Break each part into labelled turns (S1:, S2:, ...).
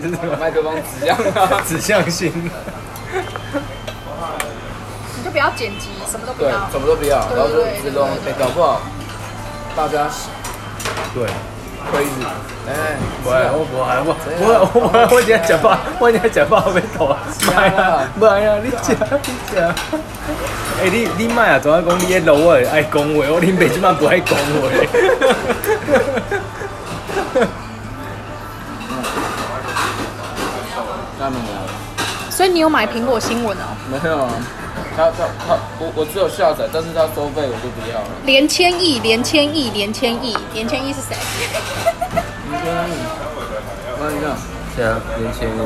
S1: 真的吗
S2: 把麦克风指向他。
S1: 指向性。
S3: 你就不要剪辑，什么都不
S2: 对
S3: 要，。
S2: 什么都不要，
S3: 对
S2: 然后就
S3: 对
S2: 自动，
S3: 对
S2: 哎，搞不好大家
S1: 对，
S2: 亏子，哎，
S1: 我我我我我我我今天讲话，我今天讲话被头啊！妈呀妈呀，你讲你讲。哎、你你妈呀，总要讲你的老外爱讲话，我你爸即摆不爱讲话。
S2: 那没有，
S3: 所以你有买苹果新闻哦，
S2: 没有啊，他他他，我我只有下载，但是他收费我就不要了。
S3: 连千亿，连千亿，连千亿，连千亿是谁？
S2: 你说哪里？我看一下。
S1: 对啊，年轻人。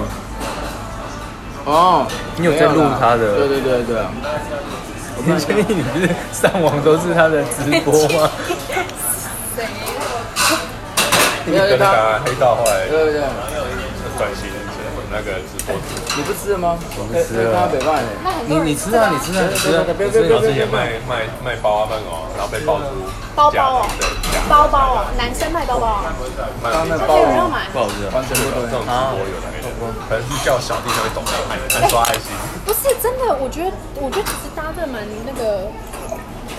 S2: 哦，
S1: 你有在录他的
S2: 对对对对啊。
S1: 林千亿，你不是上网都是他的直播吗？
S3: 谁？
S2: 没有
S4: 跟那个
S2: 他，
S4: 啊黑道后来
S2: 对对对，
S4: 转型成那个直播主，
S2: 你不吃了吗？我
S1: 不吃了
S2: 他北半的。
S3: 那
S1: 你
S3: 很多人
S1: 你吃啊，你吃啊，你吃啊！
S2: 别别别
S4: 然
S2: 别
S4: 后之前卖卖卖包啊卖什么，然后被爆出
S3: 包
S4: 假
S3: 包
S4: 的
S3: 哦，
S4: 对假的
S3: 包包哦，男生卖包包哦，
S4: 卖了
S2: 那
S4: 一
S3: 所
S2: 包
S3: 以有
S4: 包
S3: 人要买
S1: 不。好吃啊！
S2: 完全不
S4: 这种
S2: 对。
S4: 直播有来的，可能是叫小弟才会懂得按按刷爱心，
S3: 不是真的，我觉得，我觉得其实搭这门那个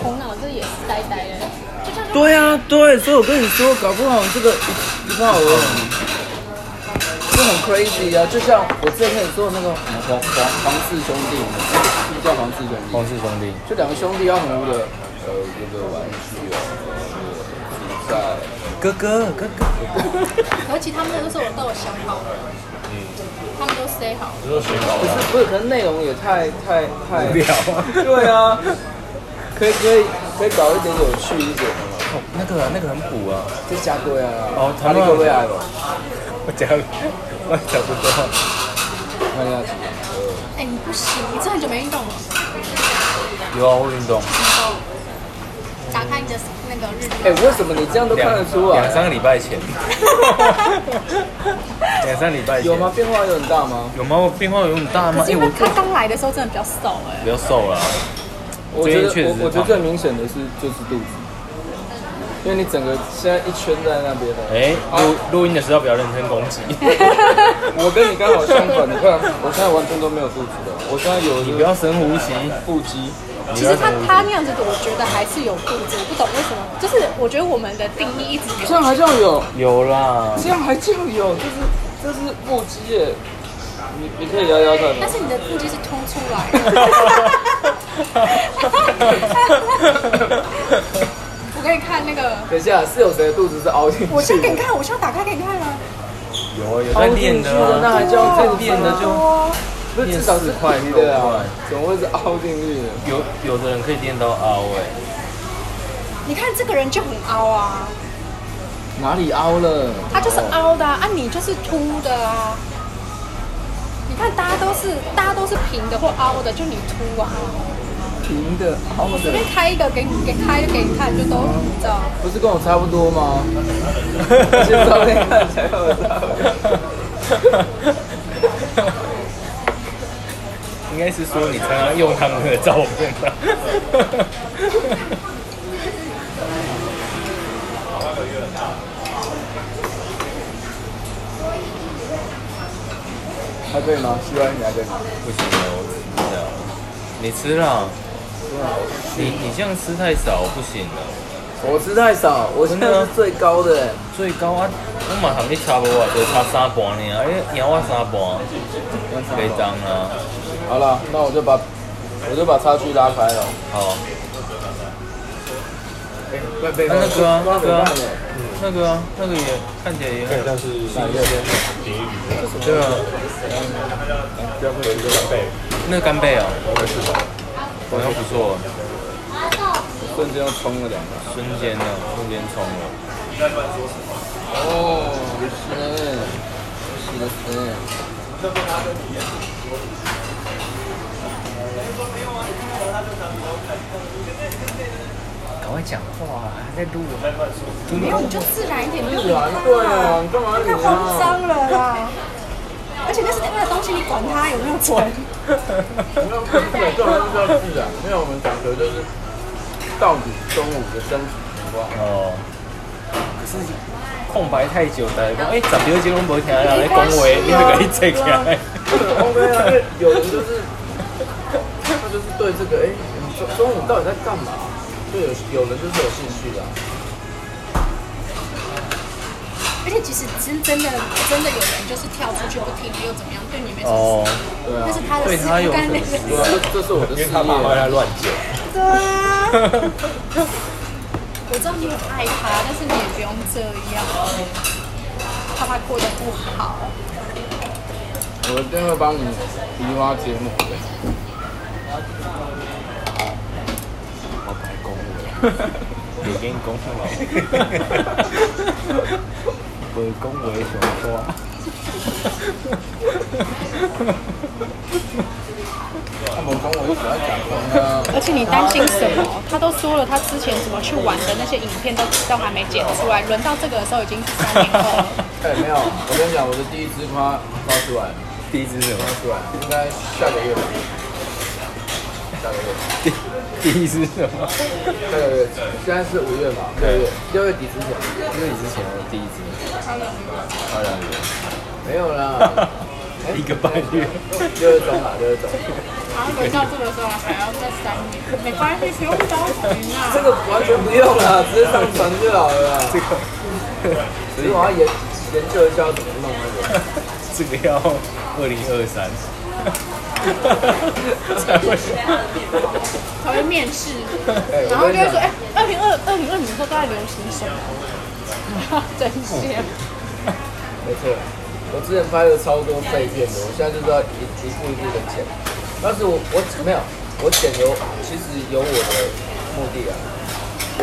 S3: 头脑这也是呆呆的，就像
S2: 对啊，对，所以我跟你说，搞不好这个一炮而红，这很 crazy 啊！就像我之前跟你说的那个什么黄黄黄氏兄弟，是叫黄氏兄弟，
S1: 氏兄弟，
S2: 就两个兄弟要很无的，呃，这个玩具啊，呃，比赛。
S1: 哥哥哥哥，
S3: 而且他们都是我都有想好的，他们都 say 好。
S4: 就是学搞
S2: 可是不是，可是内容也太太太
S1: 无聊啊
S2: 对啊，可以可以可以搞一点有趣一点的嘛，
S1: 那个那个很补啊！
S2: 这加贵啊。
S1: 哦
S2: 他
S1: 他
S2: 那
S1: 们
S2: 个未来吧，
S1: 我讲我讲不多，
S2: 看一下几
S3: 哎、你不行，你真的很久没运动了。
S1: 有啊，我运动
S3: 打开你的那个日
S2: 哎、
S3: 历。
S2: 为什么你这样都看得出啊
S1: 两三
S2: 来？
S1: 个礼拜前，两三个礼拜前
S2: 有吗？？变化有很大吗？
S1: 有吗？我变化有很大吗
S3: 可？
S1: 哎，
S3: 是因为
S1: 我
S3: 他刚来的时候真的比较瘦哎、
S1: 比较瘦了啊，
S2: 我觉得
S1: 最近确实
S2: 我我觉得
S1: 胖
S2: 最明显的是就是肚子，因为你整个现在一圈在那边啊的。
S1: 哎，录录音的时候不要认真攻击，
S2: 我跟你刚好相反，你看我现在完全都没有肚子的，我现在有
S1: 你
S2: 你
S1: 不要深呼吸，
S2: 腹肌，
S3: 其实他他那样子，我觉得还是有肚子，我不懂为什么。就是我觉得我们的定义一直
S2: 这样还叫有，
S1: 有啦，
S2: 这样还叫有，就是这是腹肌耶，你你可以聊聊看吗
S3: 但？是你的腹肌是凸出来 的。我给你看那个，
S2: 等一下，是有谁的肚子是凹进去的？
S3: 我现在给你看，我现在打开给你看啊。
S1: 有啊有
S2: 凹
S1: 在
S2: 进
S1: 练
S2: 去
S1: 的
S2: 的，那
S1: 啊，
S2: 还叫正
S1: 练的就
S2: 不是至少是块
S1: 练四块六
S2: 的啊
S1: 块，
S2: 怎么会是凹进去的？
S1: 有有的人可以练到凹哎，
S3: 你看这个人就很凹啊，
S2: 哪里凹了？哦
S3: 他就是凹的啊，啊你就是凸的啊。你看大家都是大家都是平的或凹的，就你凸啊。
S2: 平的凹的
S3: 随便，开一个给你给开给你看，就都你知道。
S2: 不是跟我差不多吗？先照片看才有差不多。
S1: 应该是说你常常用他们的照片吧。
S2: 还可以吗？希望你还可以吗？
S1: 不行了，我吃不了。你吃啦，你你这样吃太少不行了。
S2: 我吃太少，我现在是最高的、欸。
S1: 最高啊，我嘛含你差不多啊，就差三半呢，啊，你赢我三半，可以当啊。
S2: 好了，那我就把我就把差距拉开了。
S1: 好，哎
S2: 对对
S1: 那那个啊，那个啊，那个啊，那个也看起来也很
S4: 但是体育
S1: 对啊，
S4: 有一个被
S1: 那个干贝啊，
S4: 会是吧？
S1: 好像不错，
S2: 瞬间又冲了两个。
S1: 瞬间的瞬间冲了。
S2: 哦，是，是的，是。
S1: 赶快讲话，还在录 啊。
S3: 没有，你就自然一点，你就
S2: 对啊，对啊，你干嘛
S3: 太
S2: 你
S3: 慌
S2: 啊？
S3: 张了啦。而且那是他的东西，你管他有没有存？
S2: 没有，根本就还是要自然，因为我们讲求就是到底中午的身体情况。
S1: 哦，是空白太久，大家讲，哎、欸，十秒钟无听人咧讲话，你就甲你坐起来。
S2: OK 啊，因为有人就是他就是对这个哎，中中午到底在干嘛？就有有人就是有兴趣的啊、
S3: 而且其实真真的真的有人就是跳出去不听又怎么样，对你没什 么
S1: 哦
S3: 事，，
S2: 对啊
S3: 那，是他的
S1: 对
S3: 事，
S1: 他有
S3: 不干你的
S1: 粉丝。
S3: 事
S2: 对啊，这这是我的
S4: 因
S2: 事业
S4: 为他爸妈在
S2: 啊。
S4: 乱讲，
S3: 对啊，我知道你很爱他，但是你也不用这样，怕他过得不好。
S2: 我一定会帮你移花接木的。
S1: 你跟讲话，无讲话上话。
S2: 他们跟我一起来讲话呢。
S3: 而且你担心什么？他都说了，他之前怎么去玩的那些影片都都还没剪出来，轮到这个的时候已经是三年后 了。
S2: 哎，没有，我跟你讲，我的第一支夸发出来，
S1: 第一支是什么
S2: 发？出来，应该下个月吧。下个月。
S1: 第第一支是什么？
S2: 对，现在是五月嘛，六月六月底之前，
S1: 因为你之前的第一支，
S2: 漂亮没有啦，
S1: 一个半月。
S2: 六月中啦，六月中。
S3: 然后轮到这个时候还要再三年，没关系，不用着急啊。
S2: 这个完全不用啦，直接上传就好了啦。
S1: 这个，
S2: 所以我要研研究一下要怎么弄那个。
S1: 这个要二零二三才会。
S3: 才会面试，
S2: 哎
S3: 然后
S2: 我跟你
S3: 就会
S2: 讲
S3: 说，哎，二零二二零二，你说都在流行什么？ 真是，
S2: 没错，我之前拍了超多废片的，我现在就是要一一步一步的剪。但是我我没有，我剪有其实有我的目的啊。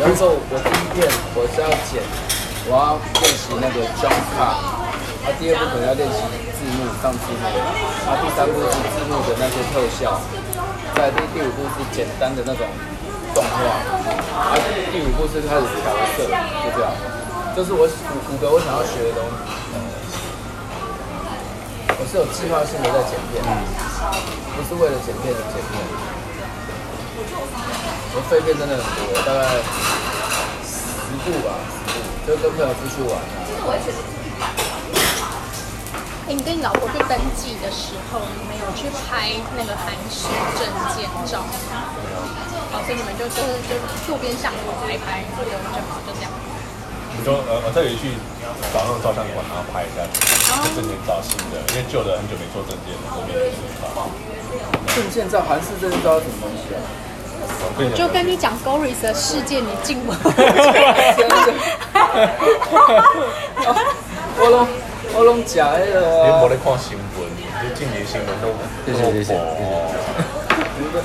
S2: 比方说，我第一片我是要剪，我要练习那个 jump cut，啊，第二部可能要练习字幕上字幕，啊，第三部是字幕的那些特效，在第第五部是简单的那种动画，啊，第五部是开始调色，就这样。这是我五五个我想要学的东西。我是有计划性的在剪片，嗯不是为了剪片而剪片。我废片真的很多，大概十部吧，十部，就跟朋友出去玩啊。
S3: 哎，你跟你老婆去登记的时候，你们有去拍那个韩式证件照吗？哦，所以你们就就是就路边巷口拍一拍，就留着嘛，就这样。
S4: 你说呃，我特别去找那种照相馆，然后拍一下证件照新的，因为旧的很久没做证件了，我没有证件照。
S2: 证件照，韩式证件照是什么东西啊？
S4: 我跟你
S3: 就
S4: 讲，
S3: 跟你讲 Goris 的世界，你进不去。
S2: 我拢我拢食那个、
S4: 你
S2: 啊
S4: 没，在看新闻，就近年新闻都啊
S1: 谢谢谢谢谢谢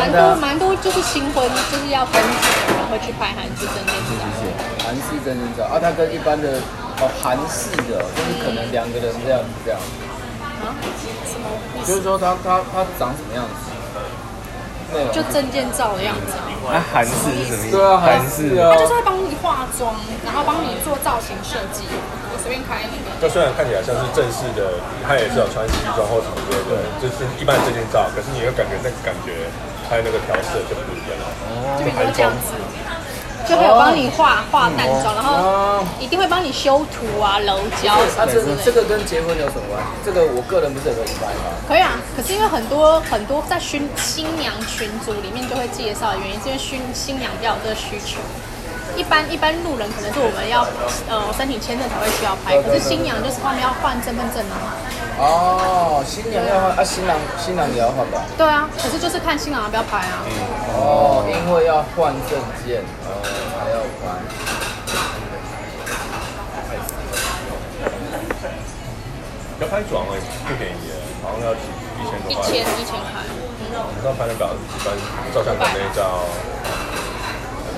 S3: 蛮多蛮多就是新婚就是要登记的人会去拍韩式证件照。
S2: 韩式真人照啊，它跟一般的哦韩式的哦，就是可能两个人这样子这样，
S3: 啊？什么意
S2: 就是
S3: 思？
S2: 说它它它长什么样子，内容
S3: 就证件照的样子啊。
S1: 那韩式是什么意思？
S2: 对啊
S1: 韩
S2: 韩
S1: 式
S2: 式
S3: 他
S2: 啊
S3: 就是会帮你化妆，然后帮你做造型设计。我随便开那个，
S4: 就虽然看起来像是正式的，他也是有穿西装或什么之类的，就是一般的证件照，可是你又感觉那个感觉还有那个调色就不一样了。
S2: 啊
S3: 就比如说这样子，就会有帮你化化淡妆，然后
S2: 啊。
S3: 一定会帮你修图啊、柔焦
S2: 啊，
S3: 什
S2: 这
S3: 么
S2: 个
S3: 之
S2: 这
S3: 类的。
S2: 个跟结婚有什么关系？这个我个人不是很明白吗？
S3: 可以啊，可是因为很多很多在新新娘群组里面就会介绍的原因，是因为新新娘比较有这个需求。一般一般路人可能是我们要呃申请签证才会需要拍，可是新娘就是他们要换身份证啊。
S2: 哦，新娘要换啊，新郎新郎也要换吧？
S3: 对啊，可是就是看新郎要不要拍啊。
S2: 哦，因为要换证件，哦，还要换。
S4: 要拍妆哎，不便宜耶，好像要几一千多
S3: 一
S4: 块。
S3: 千一千块，
S4: 你知道拍那表一般照相馆那一照，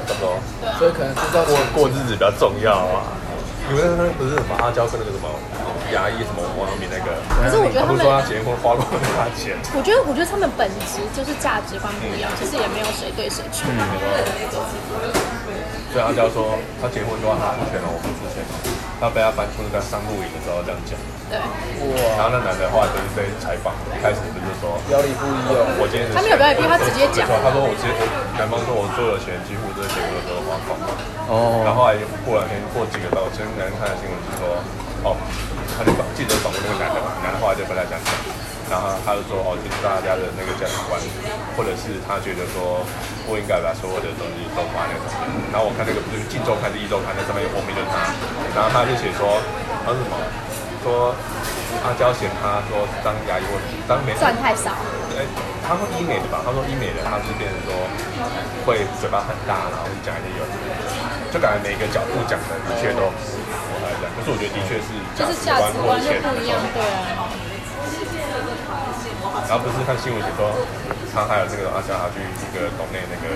S4: 差不多。
S2: 所以可能是照
S4: 过过日子比较重要啊。你们那边不是什么阿娇跟那个什么牙医什么王阳明那个？
S3: 可是我觉得他
S4: 他不
S3: 们
S4: 是说他结婚花光他的钱，
S3: 我觉得我觉得他们本质就是价值观不一样，其实也没有谁对谁错。
S4: 所以他就要说他结婚的话他出钱了，哦我不出钱了，他被他搬出那个商务营的时候这样讲，
S3: 对，
S4: 然后那男的话就是被采访，开始就是说
S2: 表里不一哦。
S4: 我今天
S3: 他没有表演他直接讲
S4: 他说我直接男方说我做的钱几乎这些我都花光了。
S1: 哦
S4: 然后后来过两天过几个到，我前两天看的新闻是说，哦，他就把记者访问那个男的，男的后来就跟他讲讲，然后他就说，哦，这是大家的那个价值观，或者是他觉得说不应该把所有的东西都发那种。然后我看那个不是《晋周刊》《第一周刊》那上面有后面的他，然后他就写说，他说什么？说阿娇嫌他说当牙医或当美
S3: 赚太少，
S4: 哎，他说医美的吧？他说医美的，他是变成说会嘴巴很大，然后讲一些有的没的，就感觉每个角度讲的的确都符合来讲。可是我觉得的确是
S3: 就是价值
S4: 或
S3: 观
S4: 者
S3: 就
S4: 钱
S3: 不一样，对啊。
S4: 然后不是看新闻写说，他还有这个阿娇他去一个岛内那个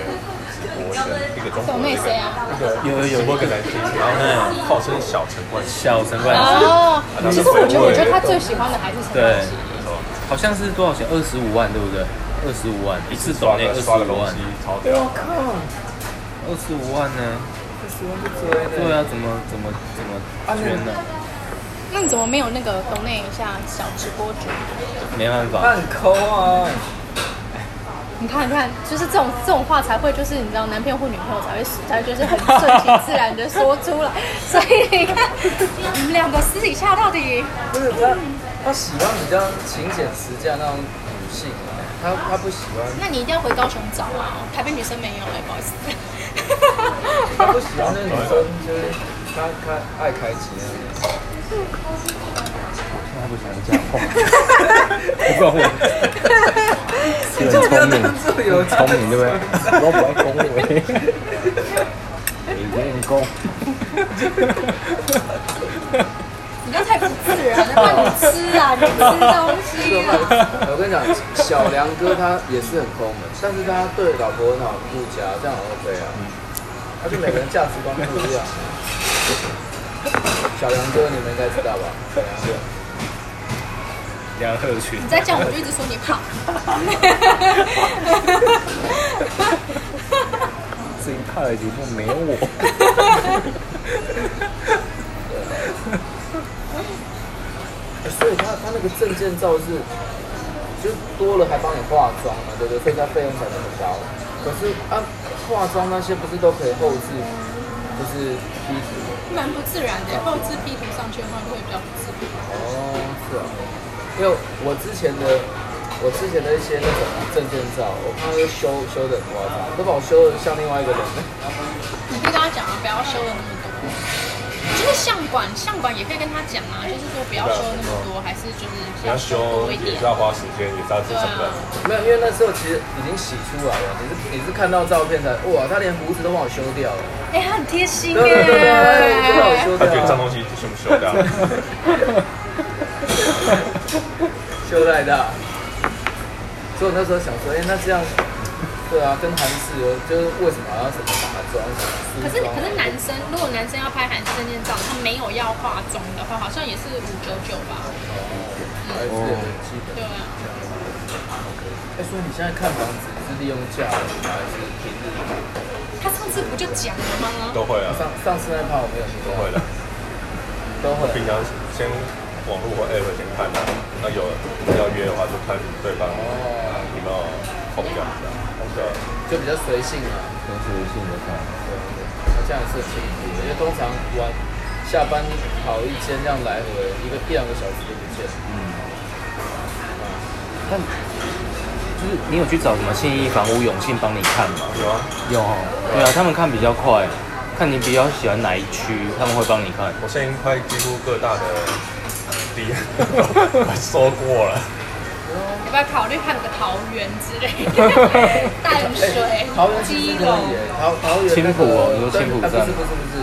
S4: 直播的一个中国
S3: 懂
S4: 那
S3: 内
S4: 个
S3: 谁啊？
S4: 那个
S1: 有有有
S4: 直播更难听，然后号称小城关系，
S1: 小城关系，
S3: 哦，其实我觉得，我觉得他最喜欢的还是陈冠希。
S4: 就是说
S1: 好像是多少钱？二十五万，对不对？二十五万，一次短
S4: 刷
S1: 链二
S4: 个
S1: 十
S4: 刷个东
S1: 五万
S4: 西，超屌。
S1: 二十五万呢？
S2: 喜欢就追
S1: 对啊，怎么怎么怎么捐呢？
S3: 那你怎么没有那个懂那一下小直播主？
S1: 没办
S2: 他
S1: 法，
S2: 很抠啊，
S3: 你看，你看，就是这种这种话才会，就是你知道，男朋友或女朋友才会才会就是很顺其自然的说出来。所以你看，你们两个私底下到底
S2: 不是他，他喜欢比较勤俭持家那种女性啊，他他不喜欢，
S3: 那你一定要回高雄找啊！台北女生没有哎、不好意思。
S2: 他不喜欢那女生就是他他爱开机啊，
S1: 他不想讲话， 不管 我，你很聪明，很聪明对不对？我不爱恭维，你练功，
S3: 你这样太不自然了，怕你吃啊，你吃东西啊。
S2: 我跟你讲，小梁哥他也是很抠门，但是他对老婆很好顾家，这样很 OK 啊。他是每个人价值观不一样。小梁哥你们应该知道吧？
S1: 梁鹤群
S3: 你再这样，我就一直说你胖。
S1: 最怕的节目没有我，
S2: 所以他他那个证件照是，就多了还帮你化妆嘛，对不对？所以他费用才那么高。可是啊，化妆那些不是都可以后置，就是批图吗
S3: 蛮不自然的，后置 P 图上去的话就会比较不自然。
S2: 哦，是啊，因为我之前的我之前的一些那种证件照，我看他修修的很夸张，都把我修的像另外一个人。
S3: 你可以跟他讲啊，不要修了那么多。就是相馆，相馆也可以跟他讲啊，就是说不要修那么多，还是就是
S4: 你要修
S3: 多一
S4: 也
S3: 点
S4: 是。要花时间，也是要
S3: 对
S4: 自成本
S3: 啊。，
S2: 没有，因为那时候其实已经洗出来了，你是你是看到照片才哇，他连胡子都帮我修掉了。
S3: 哎、他很贴心
S2: 对啊对对对，都帮我
S3: 耶。
S2: 修
S4: 他觉
S2: 掉
S4: 得脏
S2: 了，
S4: 东西不修不修的啊。
S2: 修太大。所以我那时候想说，哎、那这样，对啊，跟韩式有就是为什么要什么打妆什么梳
S3: 可是
S2: 妆
S3: 可是男生，如果男生要拍韩式证件照，他没有要化妆的话，好像也是五九九吧？
S2: 还是有点基本。
S3: 对啊。
S2: 哎、所以你现在看房子是利用假日还是平日？
S3: 他上次不就讲了吗？
S4: 都会啊，
S2: 上上次那一趴我没有听
S4: 都
S2: 到，
S4: 会的。
S2: 都会。
S4: 平常先网络或 app 先看啊，那有要约的话就看对方
S2: 哦，
S4: 有没有空这样子啊。对，
S2: 就比较随性啊，
S1: 都是性的看，
S2: 那这样也是很辛苦的，因为通常玩下班跑一间这样来回，一个一两个小时就不见了。
S1: 但就是你有去找什么信义房屋永信帮你看吗？
S4: 有啊，
S1: 有哦，对啊，他们看比较快，看你比较喜欢哪一区，他们会帮你看。
S4: 我现在快几乎各大的地我收过了，
S3: 要不要考虑看个桃园之类的？淡水、
S2: 哎桃园其
S3: 基
S2: 实真的
S3: 隆
S2: 很远，桃桃园那
S1: 青
S2: 个
S1: 浦哦你说青浦
S2: 对啊
S1: 站
S2: 不是不是不是，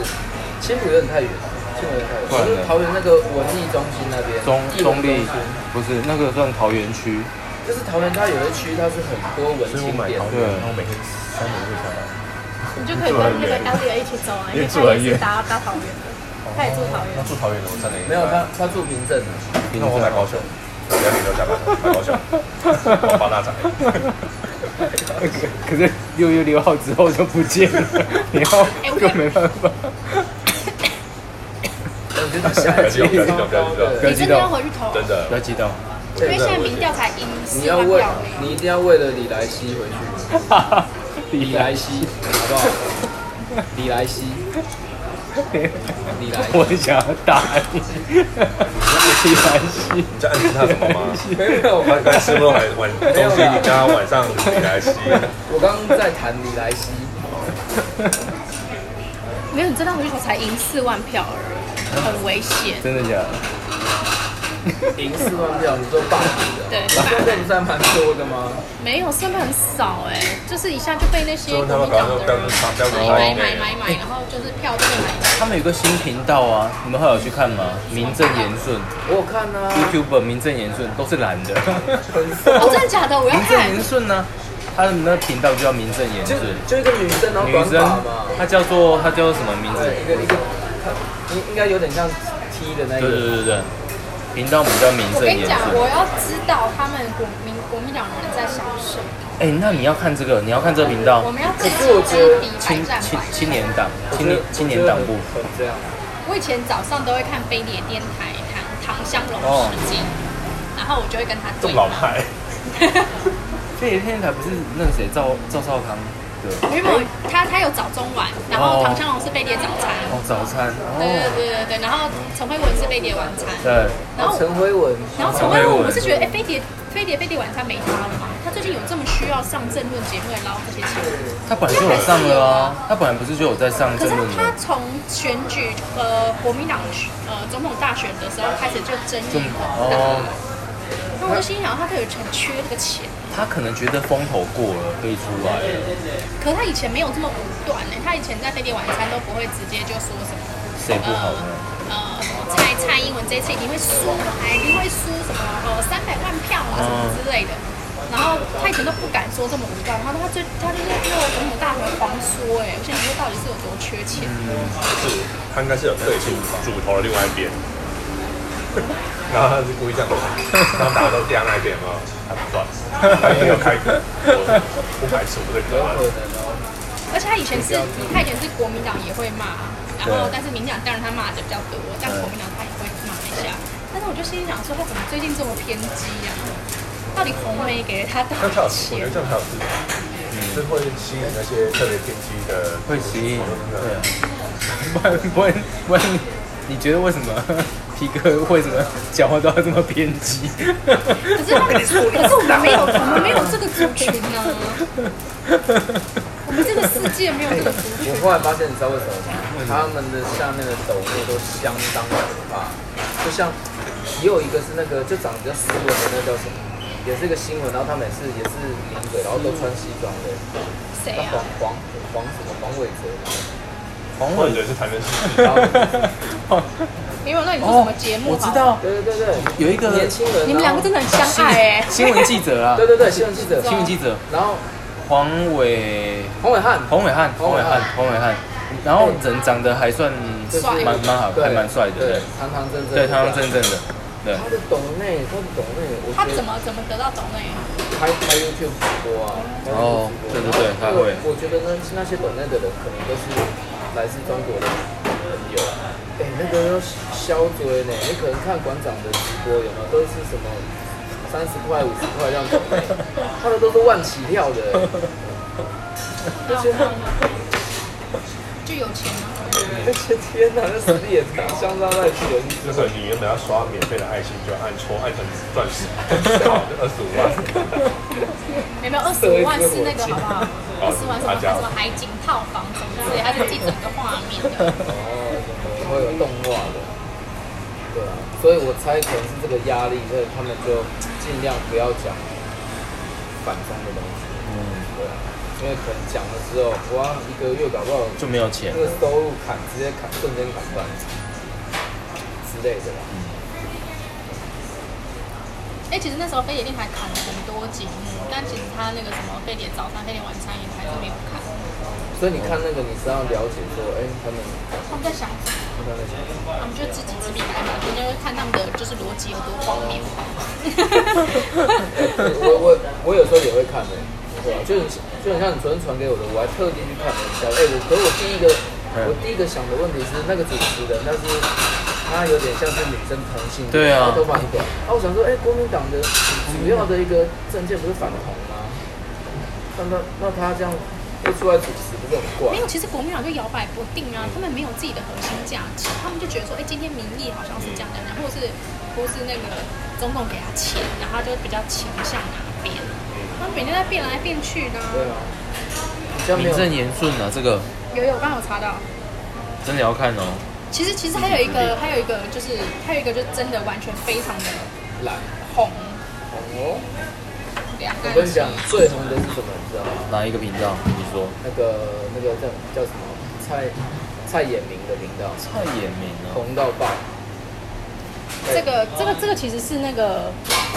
S2: 青浦有点太远了，青浦有点太远
S1: 不然呢
S2: 了，就是桃园那个文艺中心那边，
S1: 中
S2: 艺文
S1: 中立
S2: 心
S1: 不是那个算桃园区，
S2: 就是桃园它有一区它是很多文
S4: 所以我
S2: 青
S4: 买
S2: 点
S4: 桃，
S1: 对
S4: 园，然后每天三年会下来。
S3: 你就可以跟那个 Elliot 一起走啊，因为他也是搭搭桃园的，他也住桃园
S4: 那。住桃园的我三年
S2: 没有他他住平镇的，啊
S4: 那我买高雄，我家里都下班，买高雄，我发大财。
S1: 可可是六月六号之后就不见了，然后就没办法。
S2: 我觉得下
S4: 不 要
S2: 一
S4: 激动，不要
S2: 集
S4: 激动，
S1: 不要激
S3: 你真
S4: 不要激动，
S3: 的要
S1: 动，
S3: 回去投啊，
S4: 真的
S1: 不。要 激动。
S3: 因为现在民调才赢
S2: 你
S3: 四
S2: 要
S3: 万
S2: 为
S3: 票
S2: 你一定要为了李莱西回去，李
S1: 李
S2: 莱
S1: 来，
S2: 西好不好？李莱西，李莱西
S1: 我想要打你，李来西，
S4: 你在暗示他什么吗？
S2: 没有，
S4: 他刚才吃不到晚晚东西，你叫他晚上你来吸。
S2: 我刚刚在谈李莱西，
S3: 没有，你真的回去投才赢四万票而已，很危险。
S1: 真的假的？
S2: 赢四万票，你说霸凌的，
S3: 对
S2: 那分不算蛮多的吗？
S3: 没有，算的很少哎、就是一下就被那些
S4: 所以他
S3: 国民
S4: 们搞
S3: 党
S4: 到
S3: 的
S4: 干
S3: 人
S4: 干
S3: 买买买买买，然后就是票都被买走。
S1: 他们有个新频道啊，你们后来有去看吗？名正言顺
S2: 我有看啊，
S1: ，YouTube 名正言顺都是蓝的，
S2: 很
S3: 哦，
S2: 少，
S3: 真的假的？我 要
S1: 名正
S3: 看。
S1: 言顺呢、他的那个频道就叫名正言
S2: 就
S1: 顺。
S2: 就一个女生，然后
S1: 女
S2: 哦
S1: 生
S2: 短发嘛，，
S1: 她叫做她叫做什么名字
S2: 对，？一个一个，应应该有点像 T 的那
S1: 对对
S2: 个，
S1: 对对对，频道名叫名
S3: 我
S1: 正
S3: 跟你
S1: 言
S3: 讲，
S1: 顺。
S3: 我要知道他们国民国民党人在想什么。
S1: 哎、那你要看这个，你要看这个频道
S3: 我，们要
S2: 可
S3: 知
S2: 是我
S3: 己
S2: 觉得
S3: 知彼，百
S1: 青
S3: 战
S1: 青
S3: 百
S1: 青年党，
S2: 我觉
S1: 青
S2: 得
S1: 年青年党部。
S2: 我觉得很很这样，
S3: 我以前早上都会看飞碟电台唐唐香龙
S1: 哦
S3: 时间，然后我就会跟他
S4: 这
S3: 对
S4: 么。老派，
S1: 这一天台不是那谁赵赵少康的
S3: 因为我他他有早中晚，然后唐香龙是飞碟早餐，
S1: 哦早餐
S3: 对对
S1: 哦
S3: 对对对，然后陈慧文是飞碟晚餐，
S1: 对，
S3: 然后
S2: 陈辉文，
S3: 然后陈慧文我是觉得哎飞碟飞碟飞碟晚餐没他了嘛，他最近有这么需要上政论节目来捞这些钱，
S1: 他本来就有上了啊，他本来不是就有在上
S3: 可
S1: 争
S3: 是
S1: 论
S3: 他
S1: 的，
S3: 从选举呃国民党呃总统大选的时候开始就争
S1: 就
S3: 议黄大，
S1: 哦，
S3: 那我就心想他可以很缺这个钱。
S1: 他可能觉得风头过了，可以出来了，
S3: 可是他以前没有这么武断呢、他以前在飞碟晚餐都不会直接就说什么
S1: 谁不好呢？
S3: 呃什么蔡蔡英文这次一定会输啊，一定会输什么呃三百万票啊什么之类的。
S1: 哦
S3: 然后他以前都不敢说这么武断，然后他最他就是那个总统大选狂说哎、我想说到底是有多缺钱？
S4: 就是他应该是有对主主头的另外一边， 然后他是故意这样，然后大家都这样那一边嘛，他不算，他没有开口，我不排除这
S2: 有
S4: 个
S2: 可
S4: 啊。
S2: 能哦，
S3: 而且他以前是他以前是国民党也会骂，然后但是民党当然他骂的比较多，但国民党他也会骂一下。但是我就心里想说，他怎么最近这么偏激啊？到底红梅给了他多
S4: 这样才
S3: 少
S4: 有事，我觉
S3: 钱
S4: 得？这样才有事，是会吸引那些特别偏激的，
S1: 会吸引，对
S4: 对
S1: 啊， 不然不然不然，你觉得为什么 皮哥为什么讲话都要这么偏激？
S3: 可是他们，可是我们没有，我们没有这个族群 啊，我们这个世界没有这个族群
S2: 我。后来发现你知道为什么吗？他们的下面的抖内都相当可怕，就像也有一个是那个就长得比较斯文的那叫什么，也是一个新闻，然后他每次也是名嘴，然后都穿西装的，
S3: 谁
S1: 哦
S2: 那
S3: 啊
S2: 黄？黄黄什么黄伟哲，
S1: 黄伟
S4: 或者是谈论是
S3: 没有，那你说什么节目？
S1: 哦我知，道
S2: 对对对对，
S1: 有一个
S2: 年轻人，
S3: 你们两个真
S2: 的，
S3: 的很相爱哎。
S1: 新闻记者啊
S2: 对，对对，新闻记者，
S1: 新闻记者
S2: 然后
S1: 黄伟
S2: 黄伟汉，
S1: 黄伟汉黄伟汉黄伟汉，然后人长得还算
S2: 就是
S3: 帅
S1: 蛮蛮好，
S2: 对
S1: 还蛮帅的，
S2: 对
S1: 对，
S2: 堂堂正正，
S1: 对，堂堂正。正的，对
S2: 他的抖内，他的抖内，我
S3: 他
S2: 觉得
S3: 怎么怎么得到懂内？
S2: 开开 YouTube 直播啊？开 YouTube
S1: 哦
S2: 直
S1: 对
S2: 播
S1: 对对他会
S2: 我觉得呢，那些本内的人可能都是来自中国的朋友。哎、那个要消追呢，你可能看馆长的直播有没有，都是什么三十块、五十块这样抖内，他的都是万起跳 的、
S3: 就有钱吗？
S2: 而且天哪，那实力也相当在前
S4: 就
S2: 面。
S4: 是你原本要刷免费的爱心，就按戳按成钻 石，二十五万，
S3: 没有，二十五万是那个好不好？二十万什么什么海景套房什么之类，他是记整个画面的。
S2: 哦，会有动画的，对啊，所以我猜可能是这个压力，所以他们就尽量不要讲反中的东西，
S1: 嗯，
S2: 对啊，因为可能讲了之后，哇，一个月搞不好
S1: 就没有钱
S2: 那，个收入砍直接砍，瞬间砍断之类的啦。
S3: 哎，其实那时候飞碟电台砍了很多节目，但其实他那个什么飞碟早餐、飞碟晚餐也还是没有看。
S2: 所以你看那个，你是要了解说，哎、他们
S3: 他们在想什么？
S2: 他们在想什么？
S3: 他们就自己自己来嘛，人家就看他们的就是逻辑有多荒谬。
S2: 我我我有时候也会看的、对啊，就是就很像你昨天传给我的，我还特地去看了一下。哎、我可我第一个
S5: 嗯
S2: 我第一个想的问题是那个主持人，但是他有点像是女生同性恋，
S5: 对啊
S2: 然后头发很短。啊，我想说，哎、国民党的主要的一个政见不是反同吗？那那那他这样会出来主持，不是很怪
S3: 没？有，其实国民党就摇摆不定啊，他们没有自己的核心价值，他们就觉得说，哎、今天民意好像是这样的，然后是或是那个总统给他钱，然后他就比较倾向哪边，他们每天在变来变去的啊。
S2: 对啊，比较没
S1: 名
S2: 有。
S1: 正言顺啊，这个
S3: 有有，我刚刚有查到。
S1: 真的要看哦。
S3: 其实其实还有一个，还有一个就是，还有一个就真的完全非常的
S2: 懒
S3: 红，
S2: 哦，
S3: 两
S2: 我
S3: 岸
S2: 跟你讲，最红的是什么，你知道吗？
S1: 哪一个频道？你说
S2: 那个那个叫叫什么蔡蔡衍明的频道，
S1: 蔡衍明哦，
S2: 红到爆。
S3: 这个这个这个其实是那个，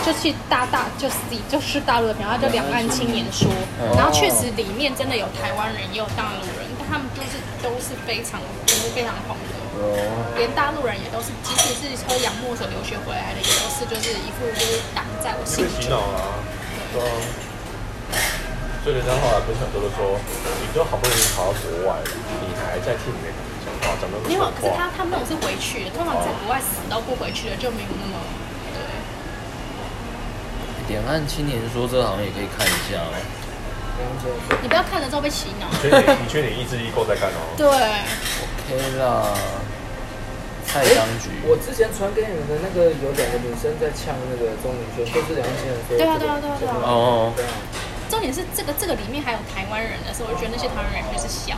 S3: 就去大大就是就是大陆的朋友，他叫两岸青年说，然后确实里面真的有台湾人，也有大陆人，但他们都是都是非常就是非常红的，
S1: 哦，
S3: 连大陆人也都是，即使是喝洋墨水留学回来的，也都是就是一副就是挡在我心
S4: 被洗
S3: 中。
S4: 脑啊，对啊。所以人家后来不是很多都说，你都好不容易跑到国外了，你还在替你的国讲话，讲那么
S3: 没有可
S4: 多，
S3: 是他
S4: 话，
S3: 他们那种是回去的，通常在国外死都不回去的就没有那么。对
S1: 两岸青年说这个好像也可以看一下哦。
S3: 你不要看了之后被洗脑。
S4: 所以你你缺点意志力够在干哦。
S3: 对，
S1: OK 啦，蔡
S2: 哎
S1: 当局，
S2: 我之前传给你们的那个有两个女生在呛那个钟宇轩，就是两千人说
S3: 对啊对啊对啊对啊
S1: 哦哦，
S2: 对啊，
S3: 重点是这个这个里面还有台湾人的时候，我就觉得那些台湾人就是小，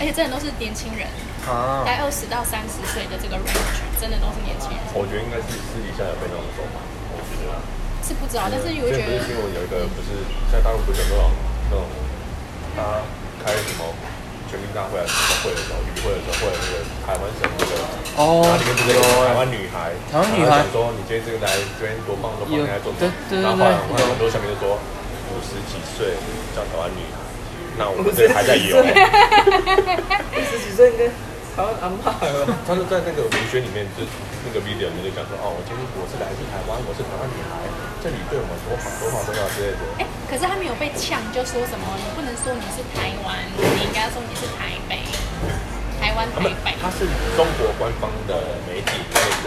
S3: 而且真的都是年轻人，
S1: 哦啊，
S3: 在二十到三十岁的这个 range，真的都是年轻人，
S4: 我觉得应该是私底下有被弄走吧，我觉得。
S3: 是不知道，但是我
S4: 因为
S3: 觉
S4: 不是新
S3: 得
S4: 闻有一个不是在大陆不是有那种那种他开什么全民大会啊什么会的时候，与会的时候会有那个台湾省那个，然后里面不是有
S1: 哦，
S4: 台湾女孩，
S1: 台湾女孩
S4: 然后讲说你今天这个来这边多棒多棒，
S1: 有
S4: 你还做
S1: 对
S4: 什么？
S1: 对对
S4: 然后后来
S1: 对
S4: 后来
S1: 有
S4: 很多下面就说五十几岁叫台湾女孩，那我们这里还在 有。
S2: 五十几岁应该台湾阿妈了吧？
S4: 他就在那个文学里面，就那个 video 里面就讲说，哦，我今天我是来自台湾，我是台湾女孩，这里对我们多好多好多好之类
S3: 哎、
S4: 的。
S3: 可是他们有被呛，就说什么你不能说你是台湾，你应该说你是台北，台湾
S4: 他
S3: 台
S4: 们
S3: 北。
S4: 他是中国官方的媒体类的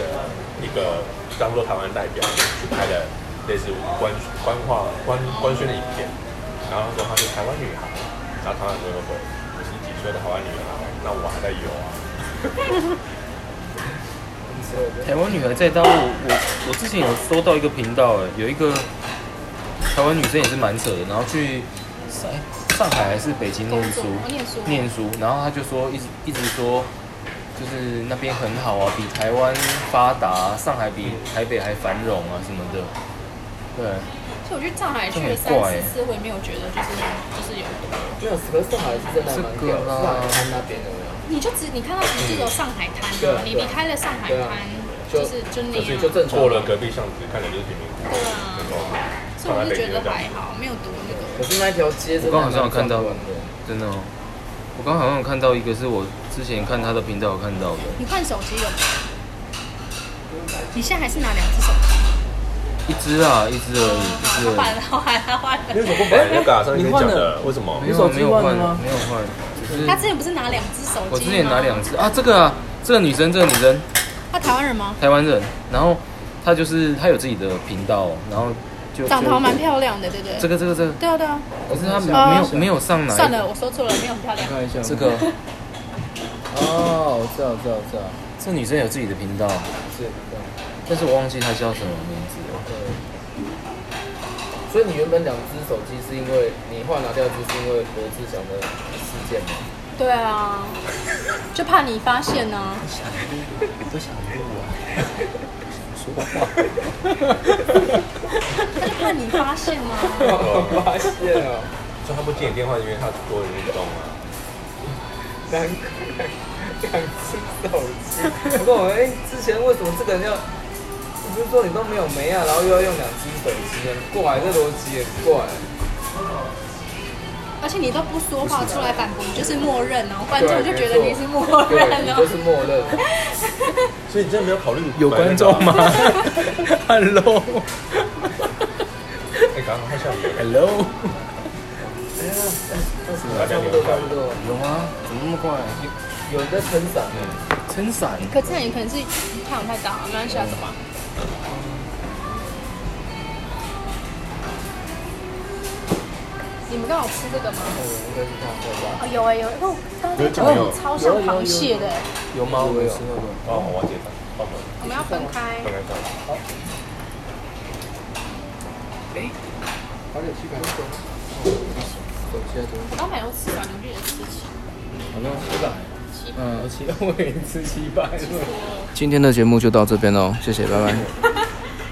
S4: 一个当做台湾代表去拍的类似官官话官官宣的影片，然后说她是台湾女孩，然后台湾人就会五十几岁的台湾女孩，那我还在有啊，
S1: 台湾女孩在大陆，我我之前有收到一个频道，哎，有一个台湾女生也是蛮扯的，然后去上上海还是北京念书
S3: 工作，哦念书
S1: 念书，然后她就说一直一直说，就是那边很好啊，比台湾发达，上海比台北还繁荣啊什么的，对，
S3: 所以我去上海去了
S1: 这
S3: 三
S1: 很怪
S3: 四次，我也没有觉得就是就是有多。
S2: 没有，可是上海是真的还蛮屌，上海滩那边的，
S3: 你就只你看到只是有上海滩
S2: 对
S3: 嘛
S2: 啊，
S3: 你离开了上海
S2: 对啊
S3: 滩，
S2: 就
S3: 就是就那
S4: 可是
S3: 样。
S2: 就正常
S4: 过了隔壁巷子，看起来就是贫民窟，
S3: 对啊
S4: 然后
S3: 所以我就觉得还好，没有多那个。
S2: 可是那条街真
S1: 我
S2: 的
S1: 刚
S2: 还
S1: 好像有
S2: 蛮壮
S1: 看
S2: 观的
S1: 到，真的哦，我刚好像有看到一个是我之前看她的频道有看到的，
S3: 你换手机了吗？你现在还是拿两只手机？
S1: 一只啊，一只而已，一只
S3: 他 换
S1: 而
S3: 了，他换了，他换
S4: 因为
S3: 了。
S4: 我不买那个、啊，上次跟你讲的，为什么
S1: 已，？没
S2: 你
S1: 有
S2: 手机
S1: 没有
S2: 换了
S1: 换
S2: 吗，
S1: 没有换，只是
S3: 他之前不是拿两只手机吗？
S1: 我之前拿两只啊，这个啊，这个女生，这个女生，
S3: 他台湾人吗？
S1: 台湾人，然后她就是她有自己的频道，然后就
S3: 长得
S1: 就
S3: 还蛮漂亮的，对不对？
S1: 这个这个这个，
S3: 对啊对啊。
S1: 可是她没
S3: 哦
S1: 有没有上来，
S3: 算了，我说错了，没有很漂亮。
S2: 看一下
S1: 这个
S2: 哦，我知道，我知道，我知道，
S1: 这女生有自己的频道，
S2: 是这样。
S1: 但是我忘记她叫什么名字了。
S2: 对呃所以你原本两只手机是因为你后来拿掉一只是因为罗志祥的事件吗？
S3: 对啊， 就怕你发现啊呢。他就怕你发现啊 呢。
S4: 我
S2: 发现哦了，
S4: 所以他不接你电话，因为他多人运动啊，
S2: 难怪两只手机。不过我哎、之前为什么这个人要？你不是说你都没有没啊，然后又要用两只手机，很怪，这逻辑很怪。
S3: 而且你都不说话出来反驳，你就是默认哦。观众
S2: 对
S3: 就觉得
S2: 没
S3: 你
S2: 错
S3: 是默认
S2: 对，你就是
S3: 哦。
S2: 默认。
S4: 所以你真的没有考虑
S5: 有
S4: 买那个啊
S5: 观众 吗？Hello
S4: 哎，刚刚好像有
S5: Hello，
S4: 大概
S2: 差不
S4: 六
S2: 多
S4: 块
S2: 差。不多，
S6: 有吗？怎么那么快？
S2: 有的撑伞，
S6: 撑伞？
S3: 可这样也可能是太阳太大了，没关系啊，怎么？你们刚好吃这个吗？
S4: 哦
S2: 嗯，应该是他们吧？
S3: 哦，有哎、有哎、哦，刚刚
S4: 有
S3: 那
S4: 酱油
S3: 个超像螃蟹的、哎
S6: 有吗？
S2: 我
S6: 我
S2: 有
S6: 有
S2: 吃。过吗？
S4: 哦，我忘记了，哦，
S3: 我们要分开
S4: 分。开放。
S2: 好久去看过。手机啊，
S3: 老板又吃完，你们就也吃起。
S6: 好像七百。
S3: 七
S6: 嗯，七，我也吃七百。
S2: 今天的节目就到这边喽，谢谢，拜拜。